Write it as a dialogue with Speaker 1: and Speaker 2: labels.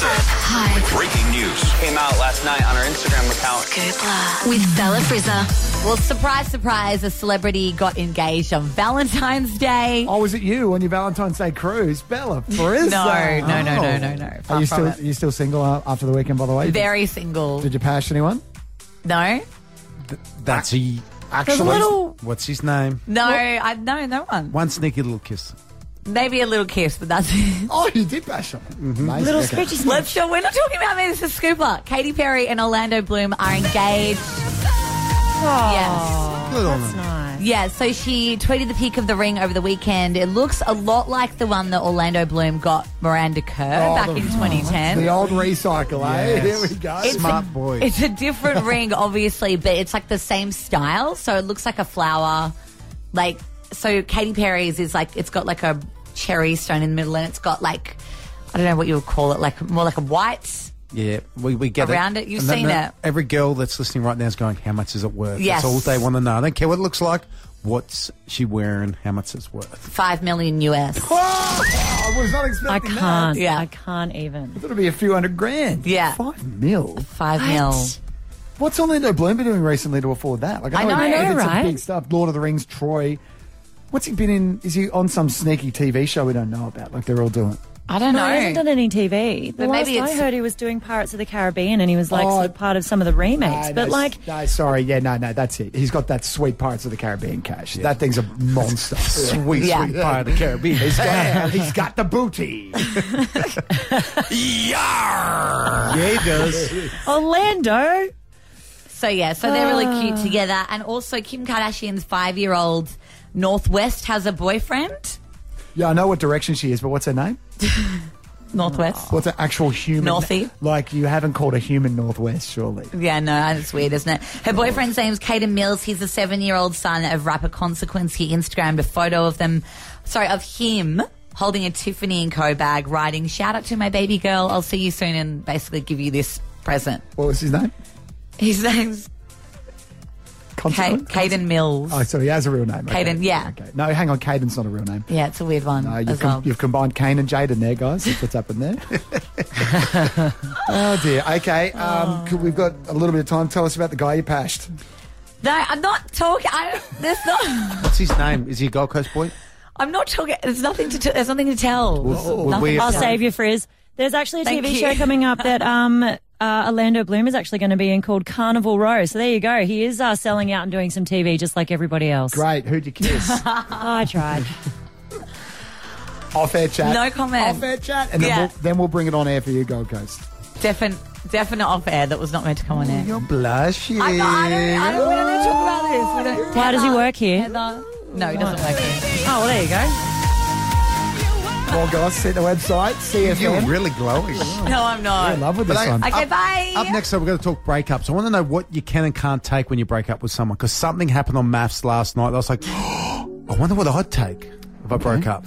Speaker 1: Hive
Speaker 2: Breaking news.
Speaker 3: Came out last night on our Instagram account.
Speaker 1: Gubler with Bella Frizzer.
Speaker 4: Well, surprise, surprise, a celebrity got engaged on Valentine's Day.
Speaker 5: Oh, was it you on your Valentine's Day cruise, Bella Frizz?
Speaker 4: No, no, no, no, no, no. Far
Speaker 5: Are
Speaker 4: from
Speaker 5: you still
Speaker 4: it.
Speaker 5: are you still single a- after the weekend? By the way,
Speaker 4: Very single.
Speaker 5: Did you pass anyone?
Speaker 4: Mm-hmm. No,
Speaker 6: That's he.
Speaker 4: There's a
Speaker 6: Actually,
Speaker 4: little-
Speaker 6: what's his name?
Speaker 4: no, I no, no one.
Speaker 6: One sneaky little kiss.
Speaker 4: Maybe a little kiss, but that's it.
Speaker 5: Oh, you did bash them. Amazing.
Speaker 4: Mm-hmm. Little
Speaker 5: Okay.
Speaker 4: scritchy Let's show. We're not talking about me. This is Scooper. Katy Perry and Orlando Bloom are engaged.
Speaker 5: Oh.
Speaker 4: Yes.
Speaker 6: Good on him.
Speaker 4: Yeah, so she tweeted the pic of the ring over the weekend. It looks a lot like the one that Orlando Bloom got Miranda Kerr
Speaker 5: Oh,
Speaker 4: back
Speaker 5: the-
Speaker 4: in 2010.
Speaker 5: The old recycle, eh?
Speaker 6: Yes.
Speaker 5: Here we go.
Speaker 4: It's
Speaker 6: Smart
Speaker 4: a,
Speaker 6: boy.
Speaker 4: It's a different ring, obviously, but it's like the same style. So it looks like a flower. Like so, Katy Perry's is like it's got like a cherry stone in the middle, and it's got like I don't know what you would call it, like more like a white.
Speaker 6: Yeah, we, we get
Speaker 4: Around
Speaker 6: it.
Speaker 4: it, you've
Speaker 6: And then
Speaker 4: seen
Speaker 6: the-
Speaker 4: it.
Speaker 6: Every girl that's listening right now is going, "How much is it worth?"
Speaker 4: Yes.
Speaker 6: That's all they want to know. I don't care what it looks like. What's she wearing? How much it's worth?
Speaker 4: Five million US.
Speaker 5: Oh, I was not
Speaker 7: I
Speaker 5: expecting that.
Speaker 7: can't.
Speaker 4: Yeah.
Speaker 7: I can't even.
Speaker 5: It'll be a few hundred grand.
Speaker 4: Yeah.
Speaker 5: Five mil.
Speaker 4: Five mil.
Speaker 5: What's Orlando Bloom been doing recently to afford that? Like,
Speaker 4: I know, I
Speaker 7: know,
Speaker 5: it's some
Speaker 7: right?
Speaker 5: big stuff. Lord of the Rings, Troy. What's he been in? Is he on some sneaky TV show we don't know about? Like they're all doing.
Speaker 4: I don't
Speaker 7: No, he hasn't
Speaker 4: know.
Speaker 7: done any TV. E The
Speaker 4: But
Speaker 7: last
Speaker 4: maybe
Speaker 7: I
Speaker 4: it's-
Speaker 7: heard, he was doing Pirates of the Caribbean, and he was like
Speaker 5: Oh, Ah,
Speaker 7: sort of part of some of the remakes.
Speaker 5: No,
Speaker 7: but
Speaker 5: no,
Speaker 7: like,
Speaker 5: no, sorry, yeah, no, no, that's it. He's got that sweet Pirates of the Caribbean cash. That thing's a monster.
Speaker 6: Sweet,
Speaker 4: Yeah.
Speaker 6: sweet part of the Caribbean.
Speaker 5: He's got, he's got the booty.
Speaker 6: yeah, he does.
Speaker 7: Orlando.
Speaker 4: So yeah, so they're really cute together. And also Kim Kardashian's five-year-old Northwest has a boyfriend.
Speaker 5: Yeah, I know what direction she is, but what's her name?
Speaker 4: Northwest.
Speaker 5: What's an actual human?
Speaker 4: Northy.
Speaker 5: Like you haven't called a human Northwest, surely.
Speaker 4: Yeah, no, it's weird, isn't it? Her boyfriend's name's Caden Mills. He's a seven-year-old son of rapper Consequence. He Instagrammed a photo of them, sorry, of him holding a Tiffany and Co bag, writing "Shout out to my baby girl. I'll see you soon," and basically give you this present.
Speaker 5: What was his name?
Speaker 4: His name's Ca-
Speaker 5: Consequence?
Speaker 4: Caden Mills.
Speaker 5: Oh, sorry, he has a real name. Okay.
Speaker 4: Caden, yeah.
Speaker 5: Okay. No, hang on, Caden's not a real name.
Speaker 4: Yeah, it's a weird one
Speaker 5: No,
Speaker 4: as
Speaker 5: you've,
Speaker 4: well.
Speaker 5: com- you've combined Kane and Jade in there, guys. That's what's happened there. oh dear. Okay,
Speaker 4: Oh.
Speaker 5: um, could- we've got a little bit of time. Tell us about the guy you pashed.
Speaker 4: No, I'm not talking. I, there's not.
Speaker 6: What's his name? Is he a Gold Coast boy?
Speaker 4: I'm not talking. There's nothing to. T- there's nothing to tell.
Speaker 6: well,
Speaker 4: Oh, Nothing
Speaker 6: we-
Speaker 4: to
Speaker 6: I'll
Speaker 7: I'll
Speaker 4: tell.
Speaker 7: save you, Frizz. There's actually a
Speaker 4: Thank
Speaker 7: TV
Speaker 4: you.
Speaker 7: show coming up that um, uh, Orlando Bloom is actually going to be in called Carnival Row. So there you go. He is uh, selling out and doing some TV just like everybody else.
Speaker 5: Great. Who'd you kiss?
Speaker 7: I tried.
Speaker 5: Off air chat.
Speaker 4: No comment.
Speaker 5: Off air chat, and then,
Speaker 4: Yeah.
Speaker 5: we'll, then we'll bring it on air for you, Gold Coast.
Speaker 4: Definite, definite off air that was not meant to come on air.
Speaker 6: You're blushing.
Speaker 4: I'm not, I don't, I don't, we don't need to talk about this. We don't,
Speaker 7: Why does he
Speaker 4: Heather,
Speaker 7: work here?
Speaker 4: Heather. No, he doesn't work here.
Speaker 7: Oh, well, there you go.
Speaker 5: Well, guys, hit the website.
Speaker 6: You're
Speaker 5: CFM.
Speaker 6: really glowing.
Speaker 4: No, I'm not.
Speaker 5: in love with this
Speaker 6: But I-
Speaker 5: one.
Speaker 6: I-
Speaker 4: okay,
Speaker 6: Up-
Speaker 4: bye.
Speaker 6: Up next, though, we're going to talk breakups. I want to know what you can and can't take when you break up with someone because something happened on maths last night. I was like, I wonder what I'd take if I broke up.